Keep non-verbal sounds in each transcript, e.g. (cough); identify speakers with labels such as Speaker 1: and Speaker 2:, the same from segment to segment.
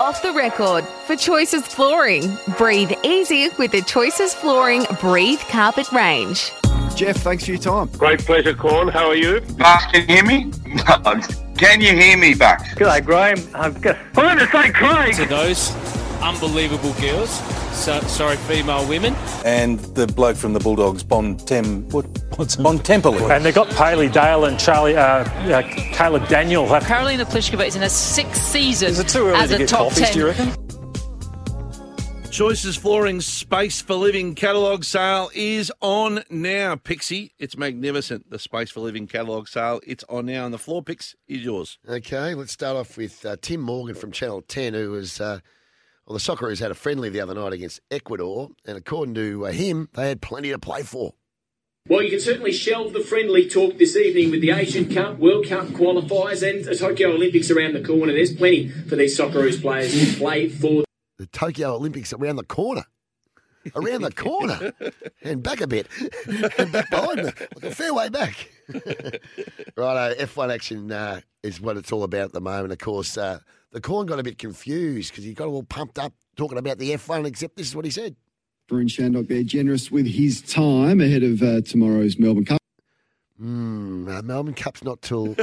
Speaker 1: Off the record for Choices Flooring. Breathe easy with the Choices Flooring Breathe Carpet range.
Speaker 2: Jeff, thanks for your time.
Speaker 3: Great pleasure, Corn. How are you?
Speaker 4: Bucks, can you hear me? (laughs) can you hear me, Bucks?
Speaker 5: G'day, Graham. I'm going to say Craig.
Speaker 6: to those unbelievable girls. So, sorry, female women.
Speaker 7: and the bloke from the Bulldogs, Bon Tem, what, Bon Temple.
Speaker 5: And they've got Paley Dale and Charlie, uh, uh, Caleb Daniel.
Speaker 8: Carolina Pliskova is in her sixth season
Speaker 9: Is it too early
Speaker 8: as
Speaker 9: to
Speaker 8: a
Speaker 9: get
Speaker 8: top
Speaker 9: coffees,
Speaker 8: ten.
Speaker 9: do you reckon?
Speaker 10: Choices Flooring's Space for Living catalogue sale is on now. Pixie, it's magnificent. The Space for Living catalogue sale, it's on now. And the floor picks is yours.
Speaker 2: Okay, let's start off with uh, Tim Morgan from Channel 10, who was, uh, well, the Socceroos had a friendly the other night against Ecuador, and according to uh, him, they had plenty to play for.
Speaker 11: Well, you can certainly shelve the friendly talk this evening with the Asian Cup, World Cup qualifiers, and the Tokyo Olympics around the corner. There's plenty for these Socceroos players to play for.
Speaker 2: The Tokyo Olympics around the corner. Around the corner and back a bit and back behind me, like a fair way back. (laughs) Righto, F1 action uh, is what it's all about at the moment. Of course, uh, the corn got a bit confused because he got all pumped up talking about the F1, except this is what he said.
Speaker 9: Bryn Shandok there, generous with his time ahead of uh, tomorrow's Melbourne Cup.
Speaker 2: Mm, uh, Melbourne Cup's not till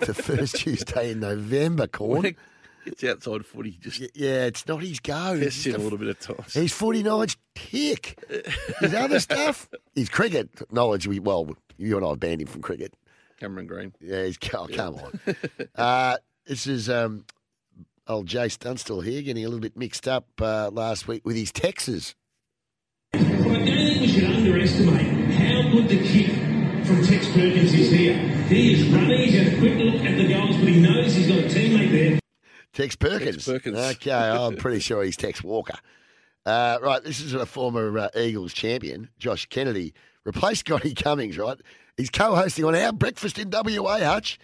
Speaker 2: the first Tuesday in November, Corn.
Speaker 10: It's outside footy. Just
Speaker 2: Y- Yeah, it's not his go. This
Speaker 10: test
Speaker 2: is
Speaker 10: him a
Speaker 2: the-
Speaker 10: little bit of time.
Speaker 2: His 40 knowledge, tick.
Speaker 10: (laughs)
Speaker 2: His other stuff, his cricket knowledge, we, well, you and I have banned him from cricket.
Speaker 10: Cameron Green.
Speaker 2: Yeah, he's, oh, come on.
Speaker 10: (laughs)
Speaker 2: Uh, this is um, old Jace Dunstall here getting a little bit mixed up uh, last week with his Texas.
Speaker 11: But I don't think we should underestimate how good the kick from Tex Perkins is here. He is running, he's had a quick look at the goals, but he knows he's got a teammate there.
Speaker 2: Tex Perkins.
Speaker 10: Perkins.
Speaker 2: Okay,
Speaker 10: (laughs)
Speaker 2: I'm pretty sure he's Tex Walker. Uh, right, this is a former uh, Eagles champion, Josh Kennedy, replaced Scotty Cummings, right? He's co hosting on Our Breakfast in WA, Hutch.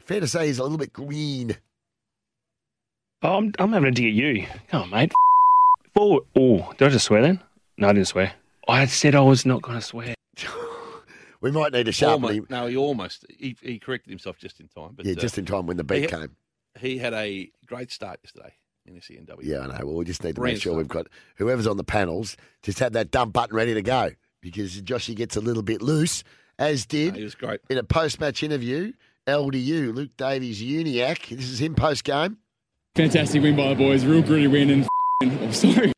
Speaker 2: Fair to say he's a little bit green.
Speaker 6: Oh, I'm, I'm having a dig at you. Come on, mate. Forward. Oh, did I just swear then? No, I didn't swear. I said I was not going to swear.
Speaker 2: (laughs) We might need to sharpen
Speaker 10: Almost,
Speaker 2: him.
Speaker 10: no, he almost. He, he corrected himself just in time. But
Speaker 2: Yeah,
Speaker 10: uh,
Speaker 2: just in time when the beat
Speaker 10: he-
Speaker 2: came.
Speaker 10: he had a great start yesterday in E the CNW.
Speaker 2: Yeah, I know. Well, we just need to
Speaker 10: Brilliant
Speaker 2: make sure
Speaker 10: stuff.
Speaker 2: we've got whoever's on the panels, just have that dumb button ready to go because Joshy gets a little bit loose, as
Speaker 10: No,
Speaker 2: did
Speaker 10: he was great.
Speaker 2: in a post match interview, LDU, Luke Davies Uniac. This is him post game.
Speaker 9: Fantastic win by the boys, real gritty win, and I'm sorry.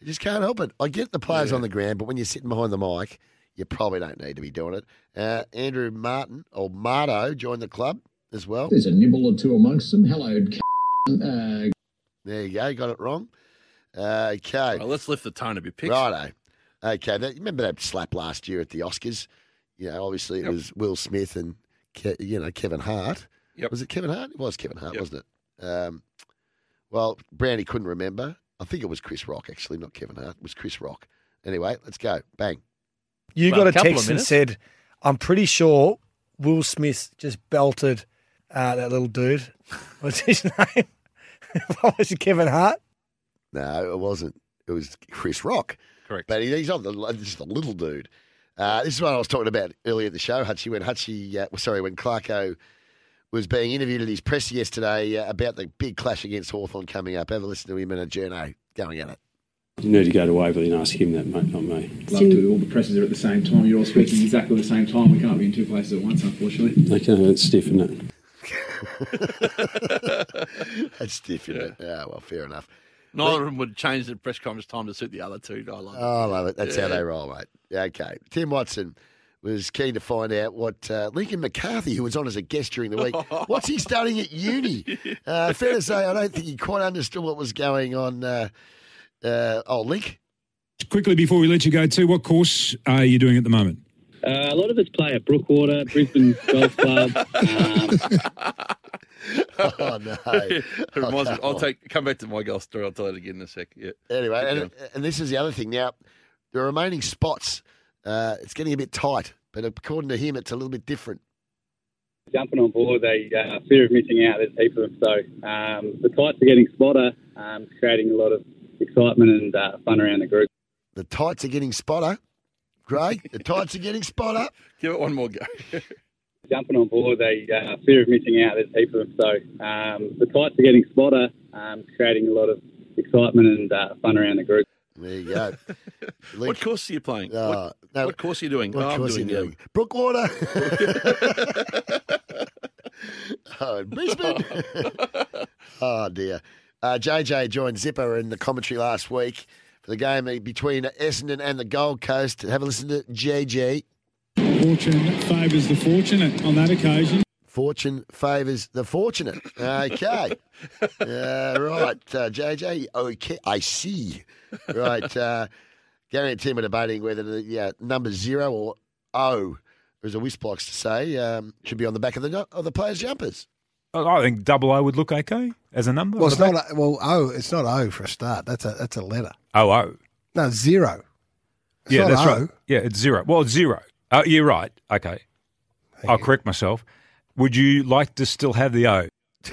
Speaker 2: You just can't help it. I get the players on the ground, but when you're sitting behind the mic, you probably don't need to be doing it. Uh, Andrew Martin, or Marto, joined the club as well.
Speaker 9: There's a nibble or two amongst them. Hello, uh,
Speaker 2: There you go. Got it wrong. Uh, Okay.
Speaker 10: Well, let's lift the tone a bit, Pix.
Speaker 2: Righto. Okay. That, remember that slap last year at the Oscars? You know, obviously it
Speaker 10: Yep.
Speaker 2: was Will Smith and Ke- you know Kevin Hart.
Speaker 10: Yep.
Speaker 2: Was it Kevin Hart? It was Kevin Hart,
Speaker 10: Yep.
Speaker 2: wasn't it? Um, well, Brownie couldn't remember. I think it was Chris Rock actually, not Kevin Hart. It was Chris Rock. Anyway, let's go. Bang.
Speaker 12: You
Speaker 6: Well,
Speaker 12: got
Speaker 6: a
Speaker 12: a
Speaker 6: couple of
Speaker 12: text and
Speaker 6: minutes.
Speaker 12: said, I'm pretty sure Will Smith just belted uh, that little dude. What's his name? what was it, Kevin Hart?
Speaker 2: No, it wasn't. It was Chris Rock.
Speaker 10: Correct.
Speaker 2: But he- he's not the just a little dude. Uh, this is what I was talking about earlier at the show, Hutchie. When Hutchie, uh, well, sorry, when Clarko was being interviewed at his press yesterday uh, about the big clash against Hawthorn coming up. Have a listen to him and a journo going at it.
Speaker 9: You need to go to Waverley and ask him that, mate, not me.
Speaker 11: Love to. All the presses are at the same time. You're all speaking exactly the same time. We can't be in two places at once, unfortunately.
Speaker 9: Okay, that's stiff, isn't uh, it?
Speaker 2: That's different. Yeah. well, fair enough.
Speaker 10: Neither of them would change the press conference time to suit the other two. I love it.
Speaker 2: Oh, I love it. That's how they roll, mate. Okay. Tim Watson was keen to find out what uh, Lincoln McCarthy, who was on as a guest during the week, what's he studying at uni? Uh, fair to say, I don't think he quite understood what was going on. Uh, uh, oh, Link.
Speaker 9: Quickly before we let you go, too, what course are you doing at the moment?
Speaker 11: Uh, a lot of us play at Brookwater, Brisbane Golf Club. Um,
Speaker 2: Oh, no.
Speaker 10: (laughs) it reminds me.
Speaker 2: Oh,
Speaker 10: I'll
Speaker 2: come
Speaker 10: take come back to my golf story. I'll tell it again in a sec. Yeah.
Speaker 2: on. Anyway, and,
Speaker 10: Okay.
Speaker 2: and this is the other thing. Now, the remaining spots, uh, it's getting a bit tight, but according to him, it's a little bit different.
Speaker 11: jumping on board, they uh, fear of missing out. There's heaps of them. So um, the tights are getting spotter, um, creating a lot of excitement and uh, fun around the group.
Speaker 2: The tights are getting spotter. Greg, the tights are getting spotter.
Speaker 10: Give it one more go.
Speaker 13: jumping on board, they uh, fear of missing out. There's heaps of them. So um, the kites are getting spotter, um, creating a lot of excitement and uh, fun around the group.
Speaker 2: There you go.
Speaker 10: What course are you playing? what, what course are you doing?
Speaker 2: Uh, What
Speaker 10: Oh, I'm
Speaker 2: course are you
Speaker 10: doing (laughs)
Speaker 2: doing? um, Brookwater. (laughs) oh, in (laughs) Brisbane. oh, dear. Uh, JJ joined Zipper in the commentary last week for the game between Essendon and the Gold Coast. Have a listen to JJ.
Speaker 14: Fortune favours the fortunate on that occasion.
Speaker 2: Fortune favours the fortunate. Okay. uh, right, uh, JJ. Okay, I see. Right. Uh, Gary and Tim are debating whether the yeah, number zero or O, as a wisp likes to say, um, should be on the back of the ju- of the players' jumpers.
Speaker 15: I think double O would look okay as a number.
Speaker 16: Well,
Speaker 15: on
Speaker 16: it's
Speaker 15: the
Speaker 16: not. A, well, O. It's not O for a start. That's a that's a letter.
Speaker 15: back. Oh, oh.
Speaker 16: No zero. It's
Speaker 15: yeah,
Speaker 16: not oh.
Speaker 15: that's
Speaker 16: O.
Speaker 15: right. Yeah, it's zero. Well, it's zero. Oh, you're right. Okay. I'll correct myself. Would you like to still have the O?
Speaker 2: So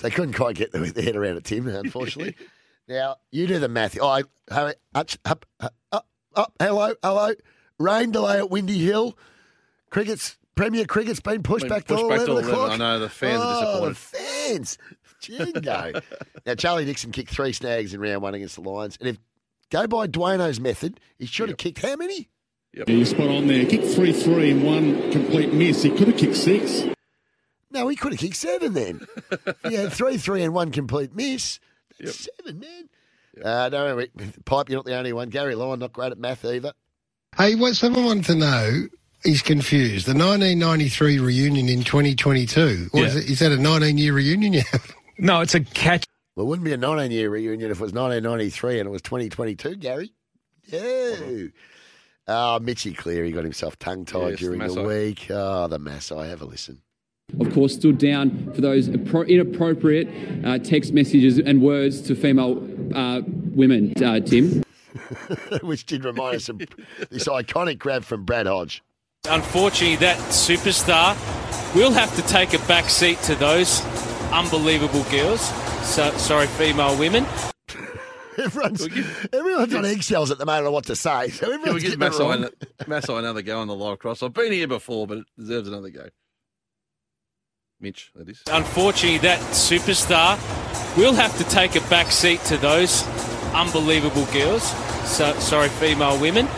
Speaker 2: they couldn't quite get their their head around it,
Speaker 10: (laughs)
Speaker 2: Tim, unfortunately. now, you do the math. Oh, I, hurry, up, up, up, up, hello, hello. Rain delay at Windy Hill. Cricket's, Premier Cricket's been pushed
Speaker 10: Been
Speaker 2: back
Speaker 10: pushed
Speaker 2: to
Speaker 10: back to
Speaker 2: 11
Speaker 10: 11.
Speaker 2: o'clock.
Speaker 10: I know, the fans
Speaker 2: oh,
Speaker 10: are
Speaker 2: The fans. Jingo. now, Charlie Dixon kicked three snags in round one against the Lions. And if go by Duano's method, he should have kicked how many?
Speaker 14: Yeah, you're spot on there. Kicked 3 3 and one complete miss. He could have kicked six.
Speaker 2: No, he could have kicked seven then. he had three, three, and one complete miss. That's seven, man. Uh, don't worry, Pipe, you're not the only one. Gary Lyon, not great at math either.
Speaker 17: Hey, what someone wanted to know, he's confused. The 1993 reunion in 2022, or is,
Speaker 2: Yeah.
Speaker 17: it, is that a 19 year reunion you have?
Speaker 15: No, it's a catch.
Speaker 2: Well, it wouldn't be a 19 year reunion if it was 1993 and it was 2022, Gary. Yeah. Ah, Mitchy Cleary got himself tongue tied
Speaker 18: Yes, the
Speaker 2: during the,
Speaker 18: Masai.
Speaker 2: week. Ah, the mass. I have a listen.
Speaker 18: of course, stood down for those appro- inappropriate uh, text messages and words to female uh, women, uh, Tim.
Speaker 2: (laughs) Which did remind us of this iconic grab from Brad Hodge. (laughs)
Speaker 19: Unfortunately, that superstar will have to take a back seat to those unbelievable girls. So, sorry, female women.
Speaker 2: Everyone's, everyone's on eggshells at the moment on what to say. So
Speaker 10: Yeah, we
Speaker 2: everyone's
Speaker 10: give
Speaker 2: getting it wrong.
Speaker 10: Masai, Masai another go on the live cross. I've been here before, but it deserves another go. Mitch, that is.
Speaker 2: Uh,
Speaker 19: Unfortunately, that superstar will have to take a back seat to those unbelievable girls. So, sorry, female women.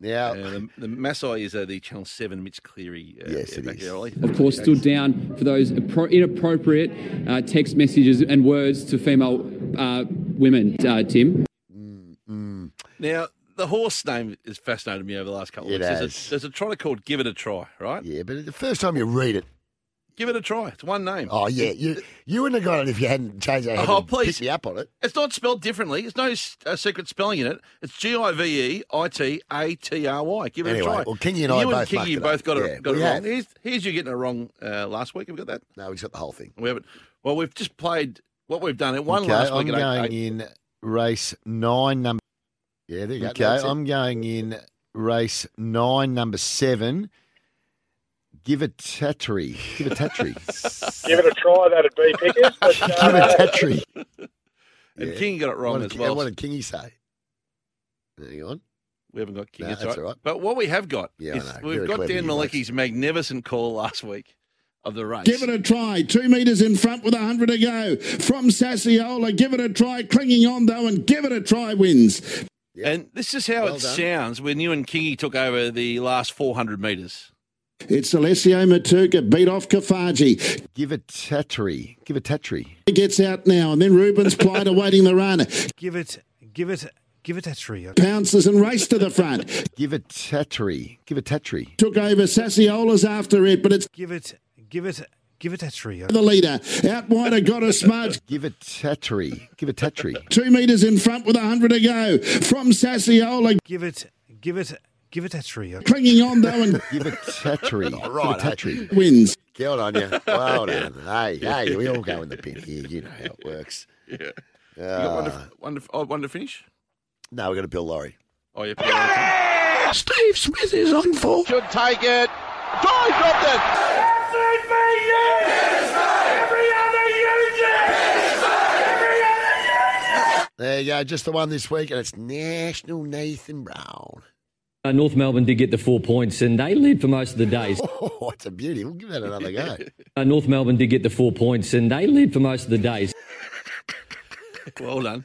Speaker 2: Yeah.
Speaker 10: the, the Masai is uh, the Channel 7 Mitch Cleary. Uh, yes, it is.
Speaker 18: Of course, stood down for those appro- inappropriate uh, text messages and words to female uh, women, uh, Tim.
Speaker 2: Mm,
Speaker 10: Now, the horse name has fascinated me over the last couple of
Speaker 2: It
Speaker 10: weeks. There's
Speaker 2: has.
Speaker 10: a, there's a trotter called Give It a Try, right?
Speaker 2: Yeah, but the first time you read it,
Speaker 10: Give It a Try. It's one name.
Speaker 2: oh, yeah, you you wouldn't have got it if you hadn't changed that.
Speaker 10: Oh, please.
Speaker 2: Pick me up on it.
Speaker 10: It's not spelled differently. There's no s- uh, secret spelling in it. It's G I V E I T A T R Y. Give it a
Speaker 2: Anyway,
Speaker 10: try.
Speaker 2: well, Kingy and I both
Speaker 10: Kingy
Speaker 2: mucked it
Speaker 10: both
Speaker 2: up.
Speaker 10: got,
Speaker 2: Yeah,
Speaker 10: it, got
Speaker 2: we
Speaker 10: it
Speaker 2: have.
Speaker 10: wrong. Here's, here's you getting it wrong uh, last week. Have we got that?
Speaker 2: No, we got the whole thing.
Speaker 10: We haven't. Well, we've just played what we've done. It one last week.
Speaker 20: I'm
Speaker 10: at eight-
Speaker 20: going
Speaker 10: eight-
Speaker 20: in race nine, number.
Speaker 2: Yeah, there you go.
Speaker 20: Okay,
Speaker 2: That's it.
Speaker 20: I'm going in race nine, number seven. Give it Tatry. Give it Tatry.
Speaker 2: (laughs)
Speaker 21: Give it a try, that'd be, Pickers. But,
Speaker 20: (laughs) Give it
Speaker 21: uh,
Speaker 20: Tatry.
Speaker 10: And King got it wrong
Speaker 2: What did
Speaker 10: as
Speaker 2: Ki-
Speaker 10: well.
Speaker 2: What did Kingy say? Hang on.
Speaker 10: We haven't got King.
Speaker 2: No,
Speaker 10: it's
Speaker 2: that's
Speaker 10: all
Speaker 2: all
Speaker 10: right.
Speaker 2: right.
Speaker 10: But what we have got
Speaker 2: Yeah, I
Speaker 10: is
Speaker 2: know.
Speaker 10: we've
Speaker 2: Very
Speaker 10: got
Speaker 2: clever
Speaker 10: Dan
Speaker 2: you blokes.
Speaker 10: Malecki's magnificent call last week of the race.
Speaker 14: Give it a try. Two metres in front with 100 to go from Sassiola. Give it a try. Cringing on, though, and give it a try wins.
Speaker 10: And this is how
Speaker 14: Well
Speaker 10: it
Speaker 14: done.
Speaker 10: sounds when you and Kingy took over the last 400 metres.
Speaker 14: It's Alessio Matuka beat off Kafaji.
Speaker 20: Give it Tatry. Give it Tatry.
Speaker 14: He gets out now, and then
Speaker 22: (laughs)
Speaker 14: Rubens Plied awaiting the run.
Speaker 22: Give it, give it, give it a three.
Speaker 14: Pounces and race to the front.
Speaker 20: Give it Tatry. Give it Tatry.
Speaker 14: Took over Sassiolas after it, but it's
Speaker 22: Give it, give it, give it a three.
Speaker 14: the leader. Out wider, got a smudge.
Speaker 20: Give it Tatry. Give it Tatry.
Speaker 14: Two metres in front with 100 to go from Sassiola.
Speaker 22: Give it, give it, give it a
Speaker 2: Uh,
Speaker 22: three.
Speaker 14: Clinging on,
Speaker 22: (laughs)
Speaker 14: though, and
Speaker 20: Give it Tatry.
Speaker 2: (laughs) All right,
Speaker 20: Give it Tatry.
Speaker 14: wins.
Speaker 2: Count on you. Well done. Hey, hey, we all go in the pit here. You know how it works.
Speaker 10: Yeah. You got one
Speaker 2: Uh,
Speaker 10: to, one, to, oh, one to finish?
Speaker 2: no, we're going to Bill Laurie.
Speaker 10: Oh, yeah.
Speaker 2: Steve Smith is on for.
Speaker 23: Should take it. Drive dropped it.
Speaker 2: There you go. Just the one this week, and it's National Nathan Brown. (laughs)
Speaker 19: Uh, North Melbourne did get the four points, and they led for most of the days.
Speaker 2: Oh, it's a beauty. We'll give that another go.
Speaker 19: Uh, North Melbourne did get the four points, and they led for most of the days.
Speaker 10: Well done.